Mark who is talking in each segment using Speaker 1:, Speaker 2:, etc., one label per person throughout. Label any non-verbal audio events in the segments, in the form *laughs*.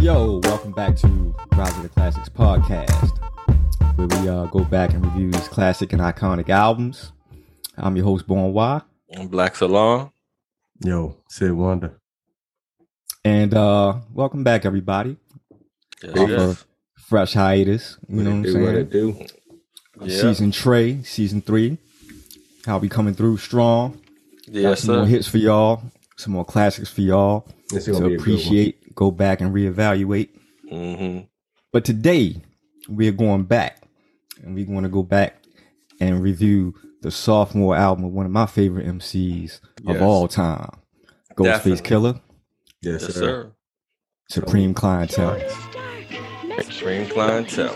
Speaker 1: Yo, welcome back to Rise of the Classics podcast, where we uh, go back and review these classic and iconic albums. I'm your host, Born Y,
Speaker 2: And Black Salon.
Speaker 3: Yo, Sid Wonder.
Speaker 1: and uh, welcome back, everybody.
Speaker 2: Yes,
Speaker 1: Off
Speaker 2: yes.
Speaker 1: of fresh hiatus, you know what I'm saying?
Speaker 3: do?
Speaker 2: Yeah.
Speaker 1: Season Trey, season three. How we coming through strong? Got
Speaker 2: Yes,
Speaker 1: some more
Speaker 2: sir.
Speaker 1: hits for y'all, some more classics for y'all
Speaker 3: It's
Speaker 1: to
Speaker 3: gonna be appreciate.
Speaker 1: appreciate. Go back and reevaluate.
Speaker 2: hmm
Speaker 1: But today we are going back, and we're going to go back and review the sophomore album of one of my favorite MCs of
Speaker 2: Yes.
Speaker 1: all time, Ghostface
Speaker 2: Definitely.
Speaker 1: Killer,
Speaker 2: Yes,
Speaker 3: Yes, sir.
Speaker 2: sir.
Speaker 1: Supreme Clientele.
Speaker 2: Extreme clientele.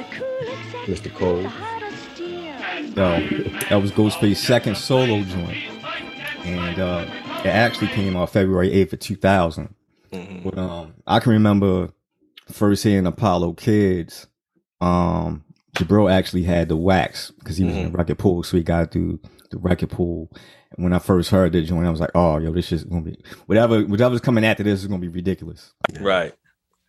Speaker 3: Mr. Cole.
Speaker 1: So that was Ghostface's second solo joint, and uh, it actually came out February eighth of two thousand.
Speaker 2: hmm
Speaker 1: But um, I can remember first hearing Apollo Kids. Um, Jabril actually had the wax because he was
Speaker 2: Mm-hmm.
Speaker 1: in the record pool, so he got through the record pool. And when I first heard the joint, I was like, "Oh, yo, this is gonna be whatever. Whatever's coming after this is gonna be ridiculous."
Speaker 2: Right.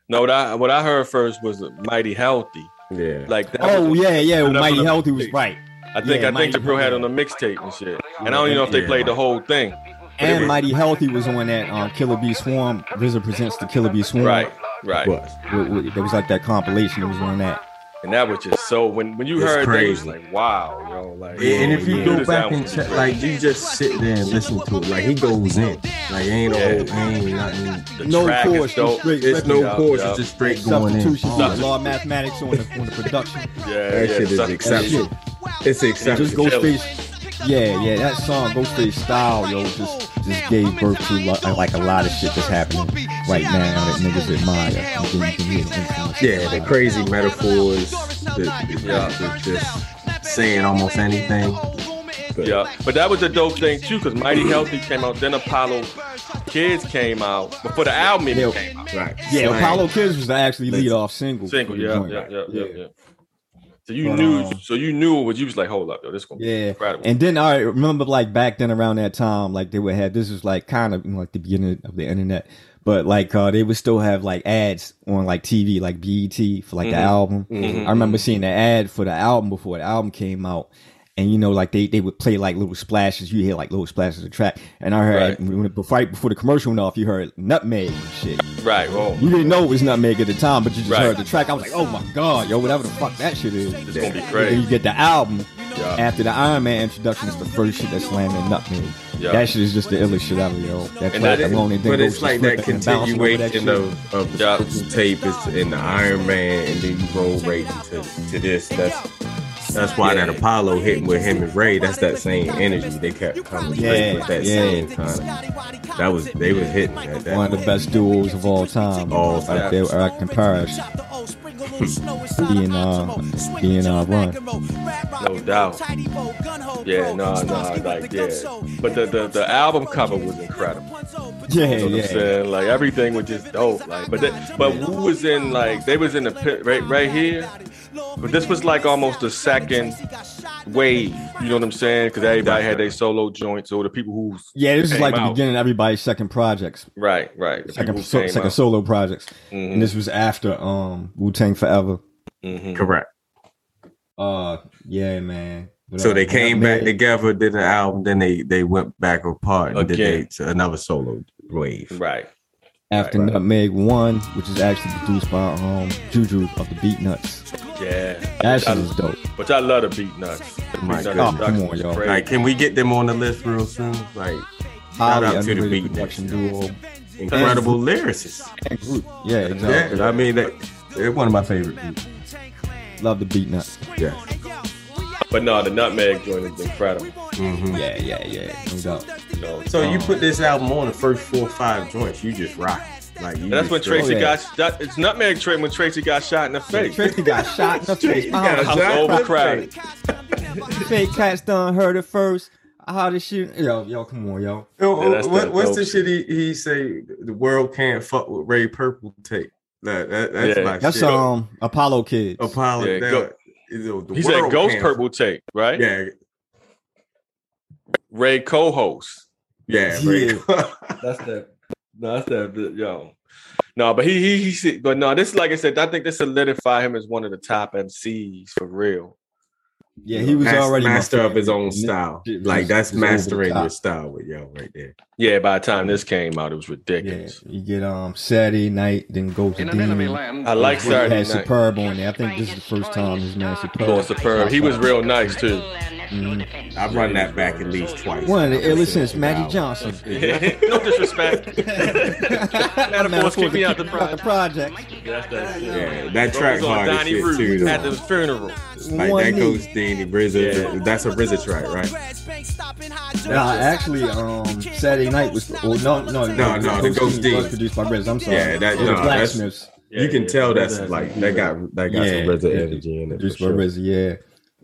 Speaker 2: No, what I what I heard first was mighty healthy.
Speaker 3: Yeah.
Speaker 2: Like that.
Speaker 1: Oh
Speaker 2: was-
Speaker 1: yeah, yeah.
Speaker 2: that's
Speaker 1: Mighty
Speaker 2: what I-
Speaker 1: Healthy was right,
Speaker 2: I think
Speaker 1: yeah,
Speaker 2: I think
Speaker 1: Mighty
Speaker 2: the bro had on
Speaker 1: Healthy.
Speaker 2: a mixtape and shit. And I don't even know if they
Speaker 3: Yeah.
Speaker 2: played the whole thing.
Speaker 1: and Mighty Healthy was on that um, Killer Bee Swarm. RZA presents the Killer Bee Swarm.
Speaker 2: Right. Right.
Speaker 3: But
Speaker 1: It was like that compilation. It was on that.
Speaker 2: And that was just so when when you
Speaker 3: It's
Speaker 2: heard that, it was
Speaker 3: crazy.
Speaker 2: like wow, yo, like
Speaker 3: Yeah, and if you
Speaker 2: yeah,
Speaker 3: go
Speaker 2: this
Speaker 3: back
Speaker 2: album
Speaker 3: and
Speaker 2: is
Speaker 3: check,
Speaker 2: great.
Speaker 3: like you just sit there and listen to it, like he goes in, like ain't
Speaker 2: Yeah.
Speaker 3: no whole ain't nothing.
Speaker 2: the
Speaker 1: no
Speaker 2: track is
Speaker 1: chorus,
Speaker 2: dope.
Speaker 1: just straight
Speaker 3: It's no
Speaker 2: Yeah,
Speaker 3: chorus,
Speaker 2: yeah.
Speaker 3: it's just straight going in.
Speaker 1: substitution,
Speaker 2: Substitution.
Speaker 1: law of mathematics on the, on the production.
Speaker 2: yeah,
Speaker 3: That
Speaker 2: yeah,
Speaker 3: shit is
Speaker 2: suck-
Speaker 3: exceptional. It's
Speaker 1: And
Speaker 3: exceptional.
Speaker 1: just Ghostface, yeah, yeah, that song Ghostface style, yo, just just gave birth to lo- like a lot of shit that's happening right now that niggas admire. And then you can hear the influence.
Speaker 3: Yeah, the crazy metaphors, the, the,
Speaker 2: Yeah.
Speaker 3: the- just saying almost anything. But
Speaker 2: Yeah, but that was a dope thing too, because Mighty Healthy came out, then Apollo Kids came out before the album even
Speaker 1: Yeah.
Speaker 2: came out.
Speaker 3: Right.
Speaker 1: Yeah,
Speaker 3: slang.
Speaker 1: Apollo Kids was the actually lead off single.
Speaker 2: Single,
Speaker 1: for the
Speaker 2: yeah,
Speaker 1: joint.
Speaker 2: yeah, yeah, yeah, yeah. So you
Speaker 1: But,
Speaker 2: knew,
Speaker 1: um,
Speaker 2: so you knew what you was like. Hold up, yo, this gonna be
Speaker 1: Yeah.
Speaker 2: incredible.
Speaker 1: And then I remember like back then around that time, like they would have this was like kind of you know, like the beginning of the internet, but like uh, they would still have like ads on like TV, like BET for like the
Speaker 2: Mhm.
Speaker 1: album.
Speaker 2: Mhm.
Speaker 1: I remember seeing the ad for the album before the album came out. And you know, like they, they would play like little splashes. You hear like little splashes of the track. And I heard
Speaker 2: Right.
Speaker 1: when it- before, right before the commercial went off, you heard nutmeg and shit.
Speaker 2: Right, oh. well,
Speaker 1: You didn't know it was nutmeg at the time, but you just
Speaker 2: Right.
Speaker 1: heard the track. I was like, oh my god, yo, whatever the fuck that shit is.
Speaker 2: it's gonna be
Speaker 1: And then you
Speaker 2: great.
Speaker 1: get the album.
Speaker 2: Yeah,
Speaker 1: After the Iron Man introduction is the first shit that's slamming Nutmeg.
Speaker 2: Yeah.
Speaker 1: That shit is just the illest shit ever, yo. That
Speaker 2: And that
Speaker 1: track
Speaker 2: is-
Speaker 1: alone, and then
Speaker 3: But
Speaker 1: goes
Speaker 3: it's
Speaker 1: to
Speaker 3: like that
Speaker 1: flipping and bouncing over that
Speaker 3: continuation
Speaker 1: shit.
Speaker 3: of, of
Speaker 2: Yeah.
Speaker 3: the Purple tape is in the Iron Man, and then you roll right into to this. That's that's why that Apollo hitting with him and Ray. That's that same energy they kept coming
Speaker 1: Yeah,
Speaker 3: yeah, with that
Speaker 1: yeah.
Speaker 3: same kind. of- That was they was hitting at that.
Speaker 1: One of the best duos of all time.
Speaker 3: All
Speaker 1: right
Speaker 3: time.
Speaker 1: there, Eric and Paris. Being, uh, being, uh, run.
Speaker 2: No doubt. yeah, no, no, like yeah. But the, the the album cover was incredible.
Speaker 1: Yeah,
Speaker 2: You know what I'm
Speaker 1: yeah.
Speaker 2: saying? Like everything was just dope. Like, but that, but who was in like they was in the pit right right here. But this was like almost the second wave. You know what I'm saying? Because everybody had their solo joints, or the people who
Speaker 1: Yeah, this is
Speaker 2: came
Speaker 1: like the
Speaker 2: out.
Speaker 1: beginning of everybody's second projects,
Speaker 2: Right, right. The people
Speaker 1: second,
Speaker 2: who
Speaker 1: so,
Speaker 2: came
Speaker 1: second
Speaker 2: out.
Speaker 1: solo projects,
Speaker 2: Mhm,
Speaker 1: and
Speaker 3: Mm.
Speaker 1: this was after um Wu Tang Forever.
Speaker 2: mhm.
Speaker 3: Correct.
Speaker 1: Uh, yeah, man. But,
Speaker 3: So
Speaker 1: uh,
Speaker 3: they came
Speaker 1: Nutmeg-
Speaker 3: back together, did an album, then they they went back apart and
Speaker 2: Again.
Speaker 3: did they, another solo wave.
Speaker 2: Right.
Speaker 1: after
Speaker 2: Right, right.
Speaker 1: Nutmeg One, which is actually produced by um Juju of the Beat Nuts.
Speaker 2: Yeah.
Speaker 1: That shit is dope.
Speaker 2: But I love the beat nuts. The
Speaker 3: My
Speaker 2: beat nuts
Speaker 3: goodness.
Speaker 2: production
Speaker 1: Oh, come on,
Speaker 2: was
Speaker 1: y'all.
Speaker 2: crazy.
Speaker 3: Like, can we get them on the list real soon? Like, shout
Speaker 1: Highly
Speaker 3: out to the
Speaker 1: underrated
Speaker 3: beat
Speaker 1: production
Speaker 3: Nuts.
Speaker 1: duo.
Speaker 3: incredible lyricists.
Speaker 1: and group. Yeah, exactly.
Speaker 3: Yeah, I mean, they, they're one of my favorite groups.
Speaker 1: Love the beat nuts.
Speaker 3: Yeah.
Speaker 2: but no, the nutmeg joint is incredible.
Speaker 3: Mhm.
Speaker 1: Yeah, yeah, yeah. No doubt.
Speaker 2: You know.
Speaker 3: So you put this album on the first four or five joints, you just rock. Like you
Speaker 2: And that's when
Speaker 3: just go-
Speaker 2: Tracy
Speaker 1: Oh, yeah.
Speaker 2: got that, it's nutmeg Tracy when Tracy got shot in the face.
Speaker 1: Tracy got shot
Speaker 2: *laughs*
Speaker 1: in the face. My house
Speaker 3: got
Speaker 2: I was
Speaker 3: shot in the
Speaker 1: *laughs*
Speaker 2: overcrowded.
Speaker 1: fake cats done heard it first. How to shoot? Yo, yo, come on, yo.
Speaker 3: Oh,
Speaker 2: Yeah, that's
Speaker 3: what,
Speaker 2: that
Speaker 3: what's the
Speaker 2: dope
Speaker 3: shit he, he say? The world can't fuck with Ray Purple tape. That, that, that's
Speaker 2: Yeah.
Speaker 3: my
Speaker 1: That's
Speaker 3: shit.
Speaker 1: um Apollo Kids.
Speaker 3: Apollo.
Speaker 2: Yeah,
Speaker 3: that-
Speaker 2: go-
Speaker 3: you know, the
Speaker 2: He said
Speaker 3: world
Speaker 2: Ghost
Speaker 3: can't-
Speaker 2: Purple Tape, right?
Speaker 3: Yeah,
Speaker 2: Ray co-host.
Speaker 3: yeah,
Speaker 1: Yeah.
Speaker 3: Ray.
Speaker 2: That's that. No, that's that. Yo, no, but he he, he but no, this like I said, I think this solidified him as one of the top MCs for real.
Speaker 3: *laughs*
Speaker 1: Yeah, he was
Speaker 3: Mas-
Speaker 1: already my
Speaker 3: master of his
Speaker 1: favorite.
Speaker 3: own style.
Speaker 1: Just-
Speaker 3: Like that's
Speaker 1: just over the
Speaker 3: mastering
Speaker 1: top.
Speaker 3: your style with yo right there.
Speaker 2: Yeah, by the time this came out, it was
Speaker 1: Yeah,
Speaker 2: ridiculous.
Speaker 1: you get um Saturday night, then go to
Speaker 4: In an
Speaker 1: Demon.
Speaker 4: enemy land,
Speaker 2: I like
Speaker 1: He had
Speaker 2: Saturday night.
Speaker 1: superb on there. I think this is the first time he's man superb.
Speaker 2: Lord Superb. He was real nice too.
Speaker 3: I've run that back at least twice.
Speaker 1: one of the illest since
Speaker 3: Wow.
Speaker 1: Magic Johnson.
Speaker 2: *laughs* *laughs* no disrespect. Metaphors keep me out the
Speaker 1: Out the
Speaker 2: project.
Speaker 1: project.
Speaker 2: That's that shit.
Speaker 3: Yeah, that track
Speaker 2: was on
Speaker 3: hard as
Speaker 2: Donnie
Speaker 3: shit
Speaker 2: Root
Speaker 3: too. though.
Speaker 2: at the funeral.
Speaker 3: Like
Speaker 1: One
Speaker 3: that
Speaker 1: knee.
Speaker 3: goes Danny RZA. That's a RZA track, right?
Speaker 5: right?
Speaker 1: Nah, actually, um, Saturday night was. Oh no, no,
Speaker 3: No, no, the Ghost
Speaker 1: Team was
Speaker 3: Team.
Speaker 1: produced by Riz. I'm sorry.
Speaker 3: Yeah, that-
Speaker 1: It was
Speaker 3: no, that's-
Speaker 1: Blacksmiths
Speaker 3: you can
Speaker 2: yeah,
Speaker 3: tell that's
Speaker 2: that's
Speaker 3: like that got that got
Speaker 1: Yeah,
Speaker 3: some RZA
Speaker 1: yeah,
Speaker 3: energy in it. For
Speaker 1: produced by
Speaker 3: sure.
Speaker 1: Riz. Yeah,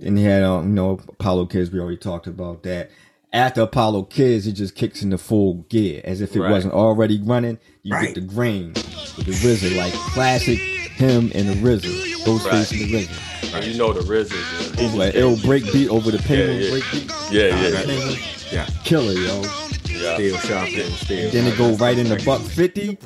Speaker 1: and he had um, you know, Apollo Kids. We already talked about that. After Apollo Kids, he just kicks into full gear as if it
Speaker 2: Right.
Speaker 1: wasn't already running. You
Speaker 3: Right.
Speaker 1: get the grain with the RZA, like classic him and the RZA, Ghostface
Speaker 2: Right.
Speaker 1: and the RZA.
Speaker 2: And you know the RZA. Yeah.
Speaker 1: Over like it'll break beat over the penguin
Speaker 2: yeah.
Speaker 1: break beat.
Speaker 2: Yeah, yeah,
Speaker 1: Penguin,
Speaker 3: Yeah,
Speaker 1: killer, yo.
Speaker 2: yeah.
Speaker 3: still shopping, still.
Speaker 1: Then it go right into buck fifty.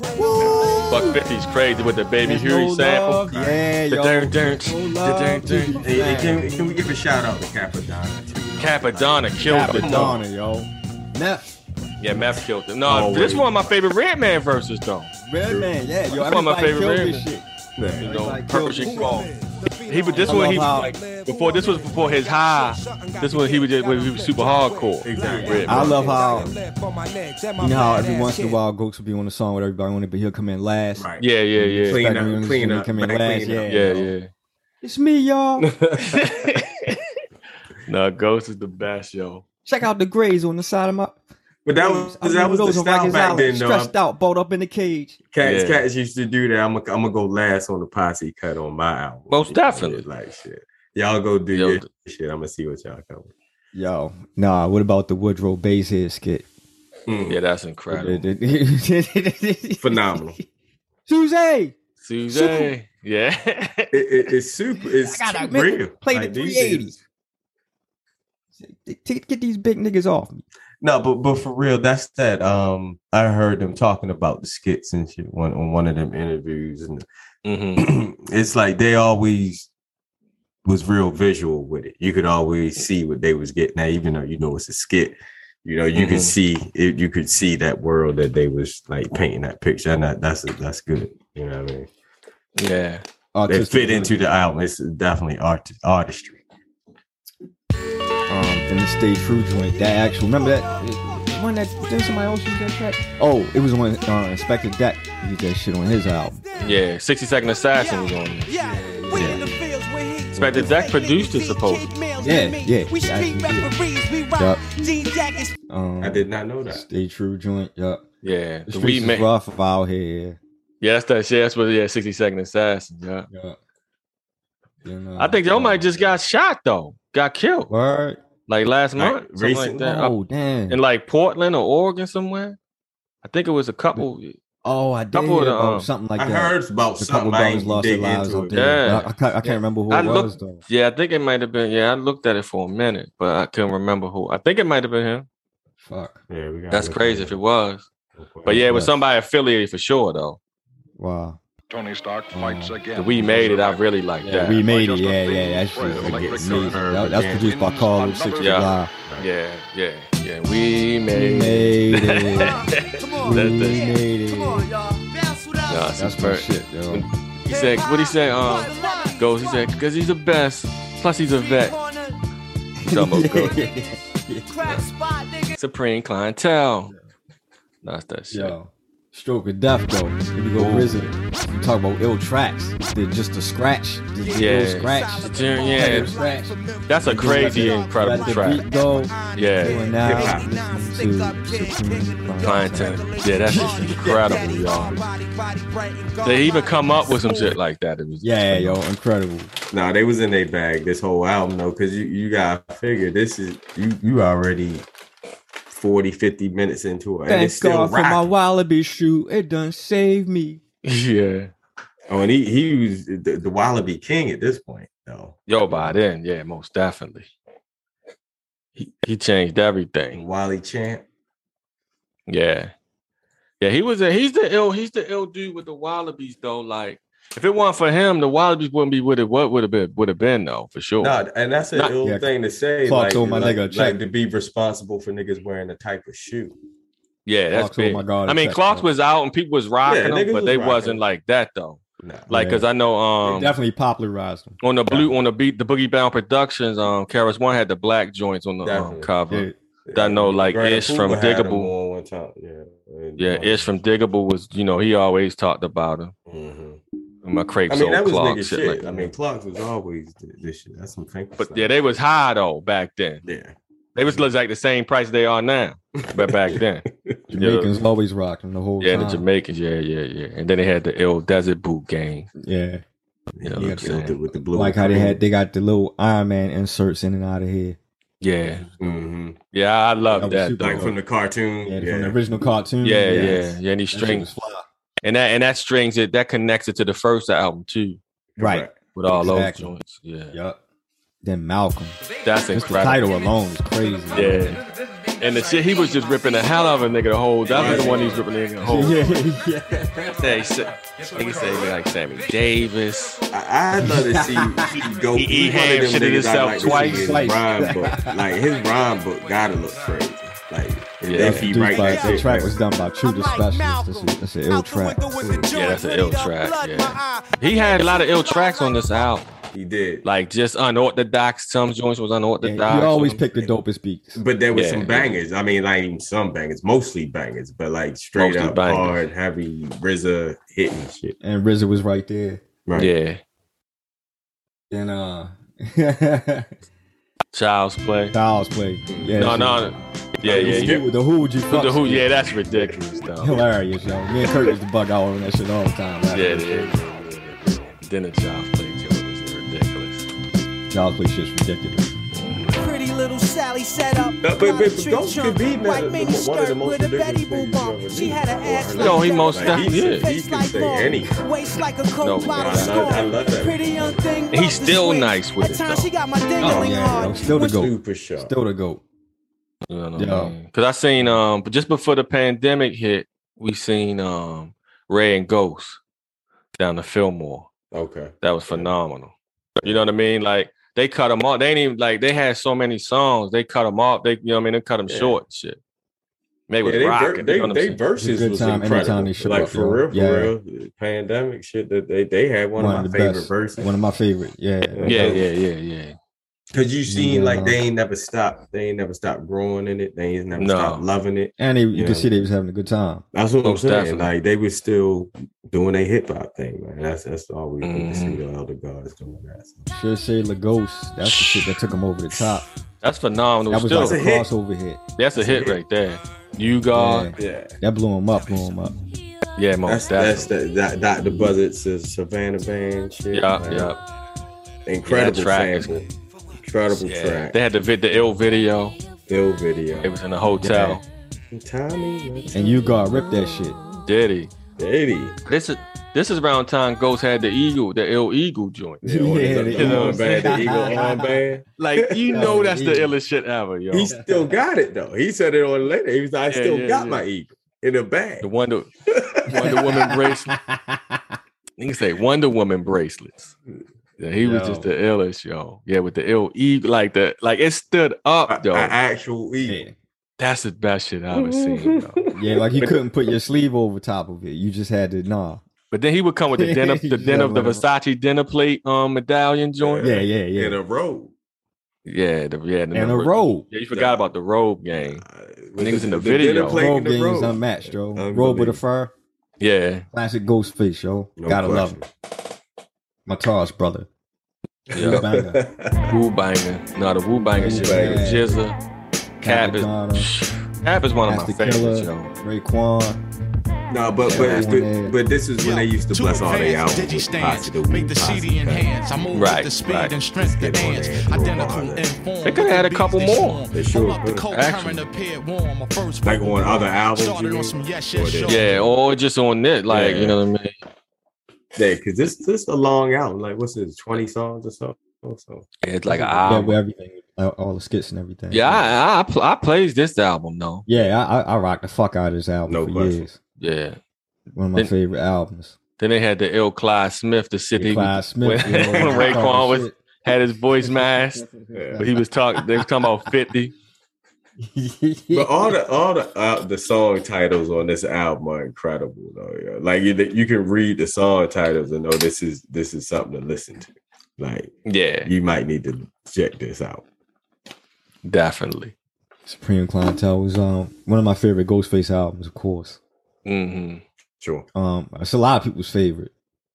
Speaker 2: Fuck 50's crazy with the Baby
Speaker 1: There's
Speaker 2: Huey
Speaker 1: no
Speaker 2: sample.
Speaker 1: love. Yeah, yo.
Speaker 2: Dun, dun,
Speaker 1: No
Speaker 2: dun,
Speaker 1: love
Speaker 2: dun,
Speaker 1: to
Speaker 2: dun.
Speaker 1: be
Speaker 3: Hey, hey,
Speaker 1: found.
Speaker 3: can, can we give a shout out to Capadonna too?
Speaker 2: Capadonna killed the dog.
Speaker 1: Capadonna, yo. Neff.
Speaker 2: Yeah, Meth killed him. No,
Speaker 3: Always.
Speaker 2: this one of my favorite Redman verses though.
Speaker 1: Redman, yeah, yo.
Speaker 2: One of my
Speaker 1: Everybody
Speaker 2: favorite
Speaker 1: killed
Speaker 2: Red
Speaker 1: this
Speaker 2: Man.
Speaker 1: shit.
Speaker 2: You
Speaker 3: Man,
Speaker 2: know,
Speaker 1: Like,
Speaker 2: purple
Speaker 1: yo,
Speaker 2: shit
Speaker 1: who-
Speaker 2: called. He was this
Speaker 1: I
Speaker 2: one he
Speaker 1: love how-
Speaker 2: like before this was before his high. This one he was just when he was super hardcore.
Speaker 3: Exactly.
Speaker 2: Redman.
Speaker 1: I love how you know how every once in a while Ghost will be on the song with everybody on it, but he'll come in last.
Speaker 3: Right.
Speaker 2: Yeah, yeah, yeah.
Speaker 3: Clean
Speaker 1: Back when
Speaker 3: up,
Speaker 1: he
Speaker 3: clean
Speaker 1: was
Speaker 3: up,
Speaker 1: coming
Speaker 3: back
Speaker 1: last,
Speaker 3: clean up.
Speaker 2: Yeah, yeah.
Speaker 1: It's me, y'all. *laughs*
Speaker 2: *laughs* no, Ghost is the best, yo.
Speaker 1: Check out the grays on the side of my.
Speaker 3: But that was that was the
Speaker 1: those on
Speaker 3: style
Speaker 1: Rikers
Speaker 3: back
Speaker 1: Island,
Speaker 3: then, though.
Speaker 1: Stressed out, balled up in the cage.
Speaker 3: Cats,
Speaker 2: Yeah.
Speaker 3: cats used to do that. I'm gonna I'm go last on the posse cut on my album.
Speaker 2: Most
Speaker 3: You know,
Speaker 2: definitely.
Speaker 3: Like shit, y'all go do
Speaker 2: Yo.
Speaker 3: your shit. I'm gonna see what y'all come. with.
Speaker 1: Yo, nah. What about the Woodrow Bays head skit?
Speaker 3: Mm.
Speaker 2: Yeah, that's incredible.
Speaker 1: *laughs*
Speaker 3: Phenomenal.
Speaker 1: Tuesday.
Speaker 2: Suzanne. Yeah. *laughs*
Speaker 3: It, it, it's super. It's
Speaker 1: I gotta
Speaker 3: too
Speaker 1: admit,
Speaker 3: real.
Speaker 1: play the
Speaker 3: these
Speaker 1: 380.
Speaker 3: dudes-
Speaker 1: Get get these big niggas off me.
Speaker 3: No, but but for real, that's that. Um, I heard them talking about the skits and shit one on one of them interviews, and *clears throat* Mm-hmm.
Speaker 2: Mhm.
Speaker 3: it's like they always was real visual with it. You could always see what they was getting at, even though you know it's a skit. You know, you
Speaker 2: Mhm.
Speaker 3: could
Speaker 1: Mm-hmm.
Speaker 3: see it. You could see that world that they was like painting that picture, and that, that's that's good. You know what I mean?
Speaker 2: Yeah.
Speaker 3: They
Speaker 1: Artistic
Speaker 3: fit into the album. It's definitely art artistry.
Speaker 1: um in the Stay True joint. That actual remember that the one that did somebody else use that track? Oh, it was when uh, Inspector Deck used that shit on his album.
Speaker 2: Yeah. 60 Second Assassin was on there.
Speaker 5: Yeah,
Speaker 2: Inspector Deck produced it, supposedly.
Speaker 1: Yeah, yeah,
Speaker 5: We
Speaker 1: yeah, I can
Speaker 5: street
Speaker 1: do it.
Speaker 5: referees, we rock. D-Jackets,
Speaker 1: Um,
Speaker 3: I did not know that.
Speaker 1: Stay True joint. Yup.
Speaker 2: Yeah.
Speaker 1: The
Speaker 2: The we
Speaker 1: streets is
Speaker 2: man.
Speaker 1: rough out here.
Speaker 2: Yeah, that's that shit. That's what yeah, 60 Second Assassin. Yeah.
Speaker 1: Yup. Then, uh,
Speaker 2: I think Yo might just got shot though. Got killed.
Speaker 1: word.
Speaker 2: Like last
Speaker 3: Like,
Speaker 2: month. something like
Speaker 3: recently?
Speaker 2: that. Up
Speaker 1: Oh damn.
Speaker 2: in like Portland or Oregon somewhere. I think it was a couple.
Speaker 1: oh, I did
Speaker 2: couple
Speaker 1: hear
Speaker 2: of the,
Speaker 1: about
Speaker 2: um,
Speaker 1: something like
Speaker 3: I
Speaker 1: that.
Speaker 3: heard about
Speaker 1: a couple
Speaker 3: something. I
Speaker 1: brothers
Speaker 3: ain't
Speaker 1: lost their
Speaker 3: dig
Speaker 1: lives
Speaker 3: into
Speaker 1: up
Speaker 3: it.
Speaker 1: there.
Speaker 2: Yeah.
Speaker 1: I, I can't, I can't remember who
Speaker 2: I
Speaker 1: it was
Speaker 2: looked-
Speaker 1: though.
Speaker 2: Yeah, I think it might have been. Yeah, I looked at it for a minute, but I couldn't remember who. I think it might have been him.
Speaker 1: Fuck.
Speaker 3: Yeah, we gotta
Speaker 2: That's
Speaker 3: look
Speaker 2: crazy
Speaker 3: at
Speaker 2: if it was. But yeah, it was
Speaker 1: Yeah.
Speaker 2: somebody affiliated for sure though.
Speaker 1: Wow.
Speaker 4: Tony Stark fights
Speaker 2: The
Speaker 4: again.
Speaker 2: We made it. I really like
Speaker 1: Yeah,
Speaker 2: that.
Speaker 1: we made it.
Speaker 4: Just a
Speaker 1: Yeah,
Speaker 4: thin
Speaker 1: yeah. That's just
Speaker 4: thread of
Speaker 1: amazing.
Speaker 4: electric
Speaker 3: current.
Speaker 1: That, that's
Speaker 3: Yeah.
Speaker 1: produced by Carl
Speaker 4: Yeah.
Speaker 1: 65.
Speaker 2: yeah, yeah, yeah. We
Speaker 1: We
Speaker 2: made it.
Speaker 1: made it.
Speaker 2: *laughs*
Speaker 5: *laughs* come on,
Speaker 1: We
Speaker 2: That- that-
Speaker 1: made
Speaker 5: come
Speaker 1: it.
Speaker 5: on, y'all, bounce with
Speaker 2: Nah,
Speaker 1: That's
Speaker 5: us.
Speaker 2: that's
Speaker 1: my
Speaker 2: very-
Speaker 1: shit, yo.
Speaker 2: He said, "What he say? Um, goes. He said, because he's the best. Plus, he's a
Speaker 1: *laughs*
Speaker 2: vet. Double *laughs* good.
Speaker 5: Crack spot, nigga.
Speaker 2: Supreme clientele. That's that shit.
Speaker 1: Yo, stroke of death though. Here we go, prison. You talk about ill tracks. They're just a scratch. Just yeah.
Speaker 2: Yeah.
Speaker 1: Ill scratch.
Speaker 2: Yeah, yeah.
Speaker 1: Scratch.
Speaker 2: That's a crazy, incredible
Speaker 1: Let the
Speaker 2: track.
Speaker 1: beat go.
Speaker 2: Yeah.
Speaker 1: And now
Speaker 3: Hip-hop.
Speaker 1: listen to Supreme Fine.
Speaker 2: Clientele. Yeah, that's just incredible, y'all. They even come up with some shit like *laughs* that. It was
Speaker 1: Yeah, yo, incredible.
Speaker 3: Nah, they was in their bag this whole album though, because you, you gotta figure this is you you already 40, 50 minutes into it. And it's
Speaker 1: Thank
Speaker 3: still
Speaker 1: God for my
Speaker 3: rocking.
Speaker 1: wallaby shoe. It done saved me.
Speaker 2: yeah.
Speaker 3: Oh, and he he was the, the Wallaby King at this point, though.
Speaker 2: Yo, by then, yeah, most definitely. He, he changed everything.
Speaker 3: And Wally Champ.
Speaker 2: Yeah. Yeah, he was. A, he's the ill. He's the ill dude with the Wallabies though. Like, if it weren't for him, the Wallabies wouldn't be with it. What would have been? Would have been though for sure.
Speaker 3: Nah, and that's an
Speaker 2: Nah.
Speaker 3: ill
Speaker 1: Yeah,
Speaker 3: thing to say.
Speaker 1: Clark
Speaker 3: like,
Speaker 1: told my
Speaker 3: like,
Speaker 1: nigga, check.
Speaker 3: like to be responsible for niggas wearing a type of shoe.
Speaker 2: yeah, that's
Speaker 1: Clark's, oh
Speaker 2: big.
Speaker 1: my God,
Speaker 2: I mean,
Speaker 1: that's-
Speaker 2: Clark was out and people was rocking
Speaker 3: Yeah,
Speaker 2: them,
Speaker 3: niggas
Speaker 2: but
Speaker 3: was
Speaker 2: they
Speaker 3: rocking
Speaker 2: wasn't
Speaker 3: them.
Speaker 2: like that though.
Speaker 3: Nah.
Speaker 2: Like, cause I know um
Speaker 1: They definitely popularized them.
Speaker 2: on the blue on the beat the Boogie Bound Productions um Karis One had the black joints on the um,
Speaker 3: Definitely.
Speaker 2: cover.
Speaker 1: Yeah.
Speaker 2: I know, like,
Speaker 3: Brandon
Speaker 2: Ish from
Speaker 3: Cooper had him
Speaker 2: Diggable.
Speaker 3: on one time. Yeah, and,
Speaker 2: Yeah,
Speaker 3: um,
Speaker 2: Ish from Diggable was, you know, he always talked about him.
Speaker 3: mhm.
Speaker 2: My crepes
Speaker 3: I mean, that
Speaker 2: old
Speaker 3: was
Speaker 2: clock,
Speaker 3: nigga
Speaker 2: shit.
Speaker 3: shit.
Speaker 2: Like that.
Speaker 3: I mean, Clark was always th- this shit. That's some thinking.
Speaker 2: but yeah, they was high though back then.
Speaker 3: yeah.
Speaker 2: They was like the same price they are now,
Speaker 1: *laughs*
Speaker 2: but back then,
Speaker 1: Jamaicans always rocking the whole
Speaker 2: yeah,
Speaker 1: time.
Speaker 2: the Jamaicans, yeah, yeah, yeah. And then they had the El Desert Boot Gang.
Speaker 1: yeah,
Speaker 2: You know
Speaker 3: He
Speaker 2: what I'm
Speaker 3: killed
Speaker 2: saying?
Speaker 3: it with the blue.
Speaker 1: like how they had they got the little Iron Man inserts in and out of here.
Speaker 2: Yeah,
Speaker 3: hmm
Speaker 2: yeah, I love
Speaker 1: That
Speaker 2: that.
Speaker 1: was
Speaker 2: Though.
Speaker 3: like from the cartoon.
Speaker 1: Yeah,
Speaker 3: Yeah,
Speaker 1: from the original cartoon.
Speaker 2: Yeah,
Speaker 3: Yes.
Speaker 2: yeah, yeah. And he
Speaker 1: That shit
Speaker 2: strings
Speaker 1: was fly.
Speaker 2: and that and that strings it that connects it to the first album too
Speaker 1: Right.
Speaker 2: with all
Speaker 1: Exactly.
Speaker 2: those joints. Yeah,
Speaker 1: Yup. Then Malcolm. Just
Speaker 2: that's
Speaker 1: the
Speaker 2: incredible.
Speaker 1: title alone is crazy.
Speaker 2: *laughs* Yeah. And the shit he was just ripping the hell out of a nigga the whole. That was the one he was ripping the nigga the whole.
Speaker 1: Yeah, yeah, yeah.
Speaker 2: Yeah, he said, nigga say he look like Sammy Davis.
Speaker 3: I, I'd love to
Speaker 1: *laughs*
Speaker 3: see he go.
Speaker 2: He- he
Speaker 3: he's one of
Speaker 2: ham
Speaker 3: them
Speaker 2: shitted
Speaker 3: niggas I
Speaker 2: himself
Speaker 3: like to
Speaker 2: twice.
Speaker 3: see in
Speaker 1: Twice.
Speaker 3: His rhyme book, like his rhyme book, gotta look crazy. Like
Speaker 2: Yeah.
Speaker 3: if he
Speaker 1: Dude,
Speaker 3: write
Speaker 1: like,
Speaker 3: that
Speaker 1: that
Speaker 3: shit,
Speaker 1: track
Speaker 3: like,
Speaker 1: was done by Tudor Specialist. That's, a, that's an ill track.
Speaker 2: Yeah, that's an ill track. Yeah. He had a lot of ill tracks on this album.
Speaker 3: he did.
Speaker 2: Like just unorthodox. Some joints was unorthodox.
Speaker 1: And he always
Speaker 2: Some-
Speaker 1: picked the dopest beats.
Speaker 3: But there was
Speaker 2: Yeah.
Speaker 3: some bangers. I mean, like even some bangers, mostly bangers, but like straight
Speaker 2: Mostly
Speaker 3: up
Speaker 2: bangers.
Speaker 3: hard, heavy RZA hitting shit.
Speaker 1: And RZA was right there.
Speaker 3: Right.
Speaker 2: Yeah.
Speaker 1: Then uh
Speaker 2: Child's
Speaker 1: *laughs*
Speaker 2: play.
Speaker 1: Styles played. Yeah,
Speaker 2: No,
Speaker 1: shit.
Speaker 2: no. Yeah, yeah,
Speaker 1: The
Speaker 2: yeah.
Speaker 1: Who, the who would you fuck?
Speaker 2: The who?
Speaker 1: with?
Speaker 2: Yeah, that's ridiculous though.
Speaker 1: Hilarious, yo. Me and Kurt used to bug out on that shit all the time.
Speaker 2: Yeah, yeah, yeah. yeah. Then the child's play joint was ridiculous.
Speaker 1: Child's play shit's ridiculous.
Speaker 5: Pretty little Sally set up.
Speaker 3: But- but- but don't
Speaker 5: Trunk,
Speaker 3: be mad at
Speaker 5: white
Speaker 3: the-
Speaker 5: mini
Speaker 3: one of the
Speaker 5: skirt
Speaker 3: most
Speaker 5: with a Betty
Speaker 3: ridiculous
Speaker 5: Boo
Speaker 3: things
Speaker 5: bump.
Speaker 3: you ever
Speaker 5: She
Speaker 3: did.
Speaker 5: had an ass
Speaker 3: Or
Speaker 5: like
Speaker 2: No, he
Speaker 5: that,
Speaker 2: most
Speaker 5: face
Speaker 2: definitely-
Speaker 5: like
Speaker 2: yeah, he
Speaker 5: face
Speaker 3: can
Speaker 5: like
Speaker 3: say
Speaker 5: bone,
Speaker 3: anything.
Speaker 5: Waist like a cold
Speaker 2: No,
Speaker 5: bottle
Speaker 2: I love-
Speaker 5: straw.
Speaker 3: I love that.
Speaker 5: Pretty young thing.
Speaker 2: He's
Speaker 5: love to
Speaker 2: still
Speaker 5: switch.
Speaker 2: nice with
Speaker 5: At
Speaker 2: it,
Speaker 5: times
Speaker 2: though.
Speaker 5: she got my ding
Speaker 1: Oh,
Speaker 5: hard.
Speaker 1: yeah, yo. Still the
Speaker 5: When-
Speaker 1: GOAT.
Speaker 3: Super sharp.
Speaker 1: Still the GOAT.
Speaker 2: You know
Speaker 1: Yeah.
Speaker 2: Because I seen um but just before the pandemic hit, we seen um Ray and Ghost down to Fillmore.
Speaker 3: okay.
Speaker 2: That was phenomenal. You know what I mean? Like they cut them off. They ain't even like they had so many songs. They cut them off. They you know what I mean? They cut them
Speaker 3: Yeah.
Speaker 2: short. and Shit. They was
Speaker 3: Yeah, they, ver-
Speaker 2: rocking.
Speaker 3: they,
Speaker 2: you know what I'm
Speaker 3: they
Speaker 2: saying?
Speaker 3: verses
Speaker 1: Good
Speaker 3: was
Speaker 1: time anytime
Speaker 3: incredible.
Speaker 1: they show
Speaker 3: like
Speaker 1: up, yo.
Speaker 3: for real, for
Speaker 1: Yeah.
Speaker 3: real. The pandemic shit that they they had one, of my favorite verses.
Speaker 1: One of my favorite. Yeah.
Speaker 2: yeah, yeah, yeah, yeah.
Speaker 3: Cause you seen
Speaker 1: Yeah.
Speaker 3: like they ain't never stopped. They ain't never stopped growing in it. They ain't never
Speaker 2: No.
Speaker 3: stopped loving it.
Speaker 1: And they, you
Speaker 3: Yeah.
Speaker 1: can see they was having a good time.
Speaker 3: That's what I'm
Speaker 2: Most
Speaker 3: saying.
Speaker 2: definitely.
Speaker 3: Like they were still doing a hip hop thing, man. That's that's always good to see
Speaker 2: Mhm.
Speaker 3: the elder gods doing that. So.
Speaker 1: Should say Lagos. That's the shit that took him over the top.
Speaker 2: That's phenomenal.
Speaker 1: That was
Speaker 2: Still,
Speaker 1: like a
Speaker 3: a hit.
Speaker 1: crossover hit.
Speaker 2: that's a hit right there. You God,
Speaker 3: Yeah,
Speaker 1: That blew him up. Blew him up.
Speaker 2: yeah, most
Speaker 3: that's that's,
Speaker 2: definitely.
Speaker 3: the, that Dr. Buzzard's uh, Savannah Band shit.
Speaker 2: yeah,
Speaker 3: man.
Speaker 2: yeah,
Speaker 3: Incredible
Speaker 2: Yeah, that track is-
Speaker 3: sample. Incredible
Speaker 2: yeah.
Speaker 3: track.
Speaker 2: They had the vid, the ill video.
Speaker 3: Bill video.
Speaker 2: It was in a hotel.
Speaker 3: Tommy,
Speaker 1: And you got ripped that shit.
Speaker 2: Diddy.
Speaker 3: Daddy.
Speaker 2: This is this is around time Ghost had the eagle, the ill eagle
Speaker 3: *laughs*
Speaker 2: joint.
Speaker 1: Yeah,
Speaker 3: the,
Speaker 1: the
Speaker 2: know what I'm
Speaker 3: armband, the
Speaker 1: saying?
Speaker 3: eagle armband.
Speaker 2: Like
Speaker 3: *laughs*
Speaker 2: you know, that's the
Speaker 1: Eagle.
Speaker 2: illest shit ever, *laughs* yo.
Speaker 3: He still got it though. He said it on later. He was like, I
Speaker 2: Yeah,
Speaker 3: still
Speaker 2: yeah,
Speaker 3: got
Speaker 2: yeah.
Speaker 3: my eagle in a bag.
Speaker 2: the Wonder
Speaker 3: *laughs*
Speaker 2: Wonder Woman bracelet. You can say Wonder Woman bracelets. Yeah, he was
Speaker 1: Yo.
Speaker 2: just the illest, yo. Yeah, with the ill eagle, like the like it stood
Speaker 3: A-
Speaker 2: up,
Speaker 3: a
Speaker 2: yo.
Speaker 3: actual eagle.
Speaker 1: *laughs* Yeah.
Speaker 2: That's the best shit I ever seen.
Speaker 1: *laughs*
Speaker 2: Yo.
Speaker 1: Yeah, like you couldn't put your sleeve over top of it. You just had to nah.
Speaker 2: But then he would come with
Speaker 1: *laughs*
Speaker 2: the dinner, the
Speaker 1: Yeah,
Speaker 2: dinner, the
Speaker 1: whatever.
Speaker 2: Versace dinner plate, um, medallion joint.
Speaker 1: Yeah, yeah, yeah.
Speaker 3: In a row.
Speaker 2: yeah, the, yeah,
Speaker 1: And a robe.
Speaker 2: Yeah, you forgot about the robe game. Niggas in the video.
Speaker 3: plate
Speaker 1: Robe
Speaker 3: in Uh, the
Speaker 1: game is
Speaker 3: row.
Speaker 1: unmatched, yo. Robe with a
Speaker 3: Unbelievable.
Speaker 1: fur,
Speaker 2: Yeah,
Speaker 1: classic ghost face, yo.
Speaker 3: No
Speaker 1: Gotta
Speaker 3: question.
Speaker 1: love it. My Taj brother.
Speaker 2: yeah.
Speaker 3: *laughs*
Speaker 1: Banger.
Speaker 2: Wu Banger. No, the Wu Banger shit.
Speaker 3: Wu-Banger.
Speaker 2: Jizza. Cap is, Cap is one of my
Speaker 1: Master Killer,
Speaker 2: favorites, yo.
Speaker 1: Raekwon.
Speaker 3: no, but
Speaker 1: Yeah.
Speaker 3: but, but but this is when they used to
Speaker 4: Two
Speaker 3: bless all their
Speaker 4: advanced
Speaker 3: albums.
Speaker 4: digi
Speaker 3: with
Speaker 4: stands,
Speaker 3: positive,
Speaker 4: make the
Speaker 3: positive
Speaker 4: CD
Speaker 3: facts.
Speaker 4: enhance. I move
Speaker 2: Right,
Speaker 4: with the speed
Speaker 2: right.
Speaker 4: and strength to
Speaker 3: Get on
Speaker 4: dance.
Speaker 3: there and do a
Speaker 4: Identical
Speaker 3: bar, man.
Speaker 4: in form.
Speaker 2: They coulda
Speaker 4: but
Speaker 2: had a
Speaker 4: the
Speaker 2: couple
Speaker 4: beats
Speaker 2: more.
Speaker 4: swarm.
Speaker 3: They sure
Speaker 4: Pull up the
Speaker 3: coulda.
Speaker 4: cold
Speaker 2: Actually.
Speaker 4: current appeared warm. My first
Speaker 3: Like
Speaker 4: vocal
Speaker 3: on
Speaker 4: warm.
Speaker 3: other albums, you
Speaker 4: Started
Speaker 3: mean?
Speaker 4: on some yes,
Speaker 3: Or
Speaker 4: yes,
Speaker 3: they-
Speaker 4: sure.
Speaker 2: Yeah, or just on it, like you know what I mean.
Speaker 3: Yeah, because this this a long album. Like what's this, twenty songs or so? Also,
Speaker 2: It's like an
Speaker 3: Ah,
Speaker 1: Yeah,
Speaker 2: album.
Speaker 1: with everything, all- all the skits and everything.
Speaker 2: Yeah, I, I I pl- I plays this album though.
Speaker 1: yeah, I I, I rocked the fuck out of this album
Speaker 3: No
Speaker 1: for
Speaker 3: question.
Speaker 1: years.
Speaker 2: Yeah.
Speaker 1: One of my
Speaker 2: Then-
Speaker 1: favorite albums.
Speaker 2: Then they had the ill Clyde Smith, the shit he
Speaker 1: Clyde Smith.
Speaker 2: when-
Speaker 1: yo,
Speaker 2: *laughs* when
Speaker 1: he
Speaker 2: Raekwon
Speaker 1: talking
Speaker 2: was- had his voice masked,
Speaker 3: *laughs*
Speaker 2: but
Speaker 1: shit.
Speaker 2: he was talking. They was talking about fifty.
Speaker 1: *laughs*
Speaker 3: But all the all the uh, the song titles on this album are incredible though. Yo. Like you, you can read the song titles and know this is this is something to listen to. Like
Speaker 2: Yeah,
Speaker 3: you might need to check this out.
Speaker 2: definitely.
Speaker 1: Supreme Clientele was um one of my favorite Ghostface albums, of course.
Speaker 2: hmm
Speaker 3: Sure.
Speaker 1: Um, it's a lot of people's favorite.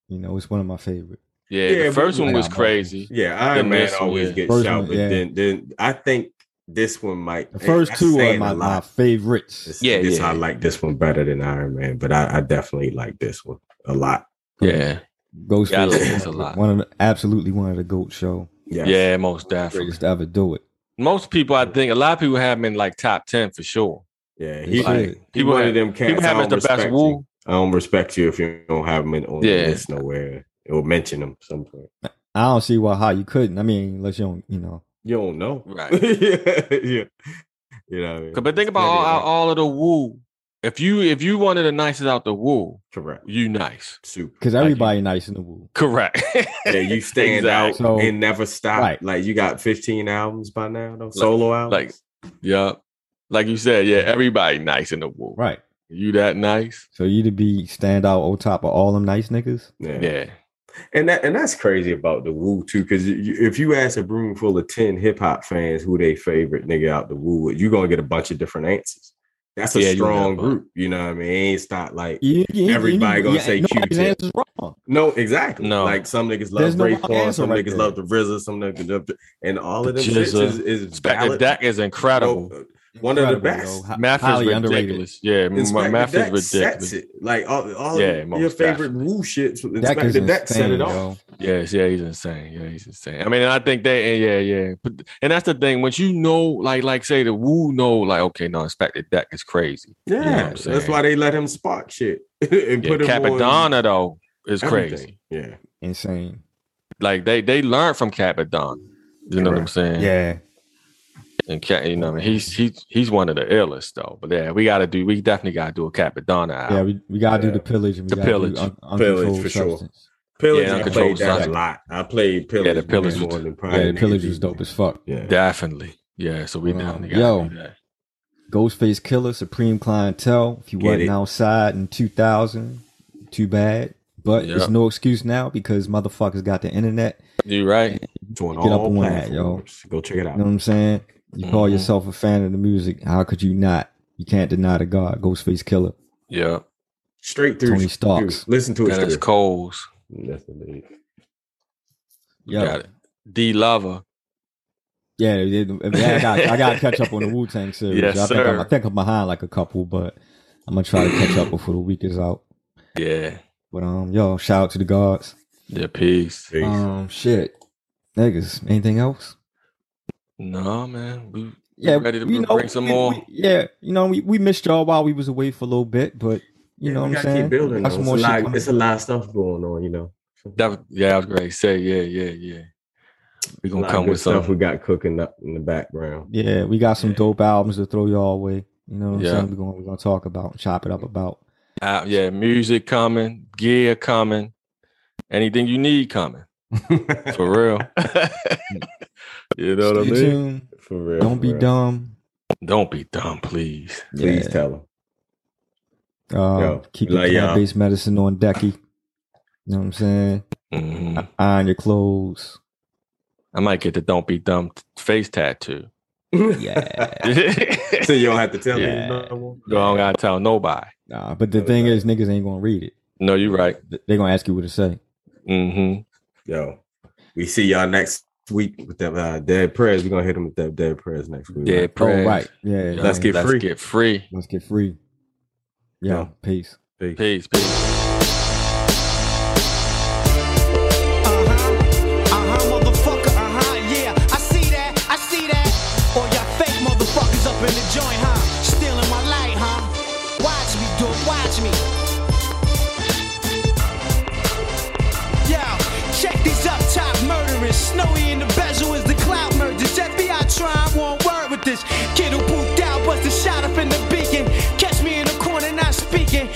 Speaker 1: You know, it's one of my favorite.
Speaker 2: Yeah,
Speaker 3: Yeah,
Speaker 2: the
Speaker 3: but
Speaker 2: first
Speaker 3: we
Speaker 2: one
Speaker 1: got
Speaker 2: was
Speaker 1: both.
Speaker 2: crazy.
Speaker 3: Yeah, Iron
Speaker 2: Then
Speaker 3: Man
Speaker 2: this one,
Speaker 3: always
Speaker 2: yeah.
Speaker 3: gets
Speaker 1: First
Speaker 3: shout,
Speaker 1: one,
Speaker 3: but
Speaker 1: yeah.
Speaker 3: then then I think this one might
Speaker 1: The first
Speaker 3: that's
Speaker 1: two are
Speaker 3: saying
Speaker 1: my,
Speaker 3: a
Speaker 1: my
Speaker 3: lot.
Speaker 1: favorites.
Speaker 3: This,
Speaker 2: Yeah,
Speaker 3: this
Speaker 2: yeah.
Speaker 3: I like this one better than Iron Man, but I, I definitely like this one a lot.
Speaker 2: Yeah,
Speaker 1: Ghostface,
Speaker 2: Yeah, I like
Speaker 1: is
Speaker 2: this a lot.
Speaker 1: One of the, absolutely one of the goat show
Speaker 3: Yes.
Speaker 2: yeah, most definitely.
Speaker 1: greatest to ever do it.
Speaker 2: Most people, I think, a lot of people have him in like top ten for sure.
Speaker 3: yeah.
Speaker 1: They
Speaker 3: He,
Speaker 1: should.
Speaker 3: he
Speaker 2: People
Speaker 3: one
Speaker 2: have,
Speaker 3: of them cats.
Speaker 2: people have
Speaker 3: I
Speaker 2: him as
Speaker 3: don't
Speaker 2: the best
Speaker 3: respect
Speaker 2: woo.
Speaker 3: you. I don't respect you if you don't have him in on
Speaker 2: Yeah.
Speaker 3: yeah. this nowhere or mention him somewhere.
Speaker 1: I don't see why how you couldn't. I mean, unless you don't, you know.
Speaker 3: You don't know,
Speaker 2: Right.
Speaker 3: yeah, *laughs* yeah. You know, what I mean?
Speaker 2: 'Cause- But think about
Speaker 3: Plenty
Speaker 2: all,
Speaker 3: of
Speaker 2: all,
Speaker 3: that.
Speaker 2: of the woo. If you if you one of the nicest out the woo,
Speaker 3: correct
Speaker 2: you nice.
Speaker 3: soup.
Speaker 1: Because
Speaker 2: Like you.
Speaker 1: everybody nice in the woo.
Speaker 2: Correct. *laughs*
Speaker 3: Yeah, you stand out
Speaker 1: Exactly. So-
Speaker 3: and never stop.
Speaker 1: Right.
Speaker 3: Like you got 15 albums by now, though. solo albums.
Speaker 2: like- yeah. Like you said, yeah, everybody nice in the woo.
Speaker 1: Right.
Speaker 2: You that nice?
Speaker 1: So you to be stand out on top of all them nice niggas.
Speaker 2: Yeah.
Speaker 3: And that and that's crazy about the Woo too, because if you ask a room full of ten hip hop fans who they favorite nigga out the Woo, you're gonna get a bunch of different answers. That's a
Speaker 2: Yeah, you
Speaker 3: strong
Speaker 2: have a-
Speaker 3: group, you know what I mean? It ain't stop like
Speaker 1: You- you- you-
Speaker 3: Everybody
Speaker 1: you-
Speaker 3: gonna say
Speaker 1: nobody's
Speaker 3: Q-Tip.
Speaker 1: answer's wrong.
Speaker 3: no, exactly.
Speaker 2: No.
Speaker 3: like some niggas
Speaker 1: There's
Speaker 3: love
Speaker 1: no
Speaker 3: Raekwon,
Speaker 1: wrong answer
Speaker 3: some
Speaker 1: right
Speaker 3: niggas
Speaker 1: there.
Speaker 3: love the RZA, some niggas love the, and all of
Speaker 2: The
Speaker 3: them shits
Speaker 2: Jizza.
Speaker 3: is, is
Speaker 2: Spectre
Speaker 3: valid.
Speaker 2: Deck is incredible.
Speaker 3: Well, One of the
Speaker 1: Incredible, yo.
Speaker 3: best.
Speaker 1: Hi-
Speaker 2: math is
Speaker 1: highly
Speaker 2: ridiculous. Yeah,
Speaker 3: And
Speaker 2: my
Speaker 3: Spectre
Speaker 2: math
Speaker 3: Deck
Speaker 2: is ridiculous.
Speaker 3: sets it. Like all, all
Speaker 2: Yeah,
Speaker 3: of your
Speaker 2: most
Speaker 3: favorite
Speaker 2: definitely.
Speaker 3: Woo shits.
Speaker 1: That is
Speaker 3: Spectre Deck set
Speaker 1: insane,
Speaker 3: it off.
Speaker 1: yo.
Speaker 2: Yes, yeah, he's insane. Yeah, he's insane. I mean, and I think that, and yeah, yeah. But, and that's the thing. Once you know, like, like say the woo know, like, okay, no, Spectre Deck is crazy.
Speaker 3: Yeah,
Speaker 2: know what I'm
Speaker 3: that's
Speaker 2: saying?
Speaker 3: why they let him spark shit *laughs* and
Speaker 2: Yeah,
Speaker 3: put him on
Speaker 2: Capadonna though is
Speaker 3: everything.
Speaker 2: crazy.
Speaker 3: Yeah,
Speaker 1: Insane.
Speaker 2: Like they they learned from Capadonna. You know what I'm saying?
Speaker 1: Yeah.
Speaker 2: And Ca- you know, he's he's he's one of the illest though. But yeah, we gotta do. We definitely gotta do a Capadonna.
Speaker 1: Yeah,
Speaker 2: album.
Speaker 1: we, we gotta do
Speaker 3: Yeah.
Speaker 1: the pillage and we
Speaker 2: The
Speaker 1: gotta
Speaker 2: pillage.
Speaker 1: do un-
Speaker 3: Pillage,
Speaker 1: uncontrolled
Speaker 3: for sure.
Speaker 1: substance.
Speaker 3: Pillage.
Speaker 2: Yeah,
Speaker 3: I
Speaker 2: Uncontrolled
Speaker 3: played that a
Speaker 2: Substance.
Speaker 3: lot. I played Pillage.
Speaker 2: Yeah, the Pillage
Speaker 3: way
Speaker 2: was-
Speaker 3: more than probably
Speaker 1: Yeah, the pillage was
Speaker 3: niggas
Speaker 1: dope
Speaker 3: did.
Speaker 1: as fuck.
Speaker 3: Yeah,
Speaker 2: Definitely. Yeah. So we
Speaker 1: Um,
Speaker 2: definitely gotta
Speaker 1: yo.
Speaker 2: do that.
Speaker 1: Ghostface Killer, Supreme Clientele. If you
Speaker 3: Get
Speaker 1: wasn't
Speaker 3: it.
Speaker 1: outside in 2000, too bad. But
Speaker 2: Yeah.
Speaker 1: it's no excuse now because motherfuckers got the internet.
Speaker 2: You right?
Speaker 3: It's on
Speaker 1: Get up
Speaker 3: all
Speaker 1: on that, yo.
Speaker 3: platforms. Go check it
Speaker 1: You know what
Speaker 3: out.
Speaker 1: I'm saying? You call
Speaker 2: Mhm.
Speaker 1: yourself a fan of the music. How could you not? You can't deny the God, Ghostface Killer.
Speaker 2: Yeah.
Speaker 3: Straight through.
Speaker 1: Tony Starks.
Speaker 3: through. Listen to it.
Speaker 2: Dennis
Speaker 3: straight.
Speaker 2: Coles.
Speaker 3: That's the name.
Speaker 2: You
Speaker 1: Yeah.
Speaker 2: Got it. D Lover.
Speaker 1: Yeah, they did- I got I got to catch up on the Wu Tang series.
Speaker 2: Yes,
Speaker 1: I, think I'm,
Speaker 2: sir.
Speaker 1: I think I'm behind like a couple, but I'm gonna try to catch up before the week is out.
Speaker 2: Yeah.
Speaker 1: But um, yo, shout out to the gods.
Speaker 2: Yeah. Peace.
Speaker 3: Peace.
Speaker 1: Um, shit, niggas. Anything else?
Speaker 2: No man. We
Speaker 1: Yeah,
Speaker 2: ready to
Speaker 1: we
Speaker 2: bring some
Speaker 1: we-
Speaker 2: more?
Speaker 1: we- yeah, you know, we, we missed y'all while we was away for a little bit, but you
Speaker 3: Yeah,
Speaker 1: know
Speaker 3: we
Speaker 1: what I'm
Speaker 3: gotta
Speaker 1: saying.
Speaker 3: Keep building.
Speaker 1: Got
Speaker 3: though.
Speaker 1: some
Speaker 3: It's,
Speaker 1: more
Speaker 3: a
Speaker 1: shit
Speaker 3: lot,
Speaker 1: coming.
Speaker 3: it's a lot of stuff going on. You know.
Speaker 2: that was- yeah, I was great. Say yeah, yeah, yeah. We
Speaker 3: A lot
Speaker 2: gonna
Speaker 3: of
Speaker 2: come
Speaker 3: good
Speaker 2: with
Speaker 3: stuff *laughs* we
Speaker 2: some.
Speaker 3: got cooking up in the background.
Speaker 1: Yeah, we got some
Speaker 2: Yeah.
Speaker 1: dope albums to throw y'all away. You know what
Speaker 2: Yeah.
Speaker 1: I'm saying? We're gonna we're gonna talk about, chop it up about.
Speaker 2: Uh, yeah, music coming, gear coming, anything you need coming for real. you know what I
Speaker 1: Stay
Speaker 2: mean?
Speaker 1: tuned.
Speaker 3: for real.
Speaker 1: Don't
Speaker 3: for
Speaker 1: be
Speaker 3: real.
Speaker 1: dumb.
Speaker 2: Don't be dumb, please.
Speaker 3: Please
Speaker 1: Yeah.
Speaker 3: tell him.
Speaker 1: Um,
Speaker 3: Yo,
Speaker 1: keep
Speaker 3: we
Speaker 1: your
Speaker 3: love y'all.
Speaker 1: plant based medicine on decky. You know what I'm saying?
Speaker 2: Mhm.
Speaker 3: Mm.
Speaker 1: I- Iron your clothes.
Speaker 2: I might get the don't be dumb t- face tattoo. *laughs*
Speaker 1: Yeah.
Speaker 2: so
Speaker 3: *laughs* so you don't have to tell
Speaker 1: Yeah.
Speaker 3: me no more.
Speaker 2: I don't gotta tell nobody.
Speaker 1: *laughs* Nah, but the thing is, niggas ain't gonna read it.
Speaker 2: No, you're right.
Speaker 1: Th- They gonna ask you what to say.
Speaker 2: Mm-hmm.
Speaker 3: Yo, we see y'all next week with them uh, dead prayers. We're gonna hit them with that dead prayers next week.
Speaker 2: Dead
Speaker 3: right?
Speaker 2: prayers.
Speaker 1: Oh, right. Yeah.
Speaker 2: Yeah,
Speaker 3: Let's
Speaker 1: yeah.
Speaker 3: get free.
Speaker 2: Let's get free.
Speaker 1: Let's get free. Yeah.
Speaker 3: Yeah.
Speaker 1: Peace.
Speaker 3: Peace.
Speaker 2: Peace. Peace.
Speaker 5: Uh-huh, uh-huh, motherfucker, uh-huh, yeah. I see that, I see that. All y'all fake motherfuckers up in the joint, huh? Stealing my light, huh? Watch me, dude, watch me. Yo, check these up top murderers. Snowy in the bezel is the cloud mergers. FBI trying one word with this. Kid who pooped out was the shot up in the beacon. Catch me in the corner not speaking.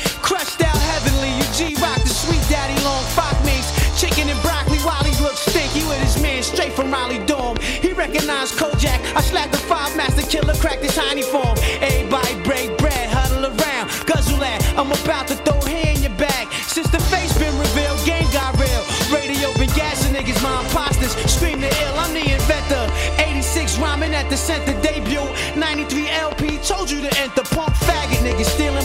Speaker 5: Hans Kojak. I slapped the five master killer, cracked the shiny form. Everybody break bread, huddle around. Guzzle that, I'm about to throw hair in your back. Since the face been revealed, game got real. Radio been gassing niggas, my imposters. Scream the ill, I'm the inventor. 86 rhyming at the center debut. 93 LP told you to enter. Punk faggot niggas stealing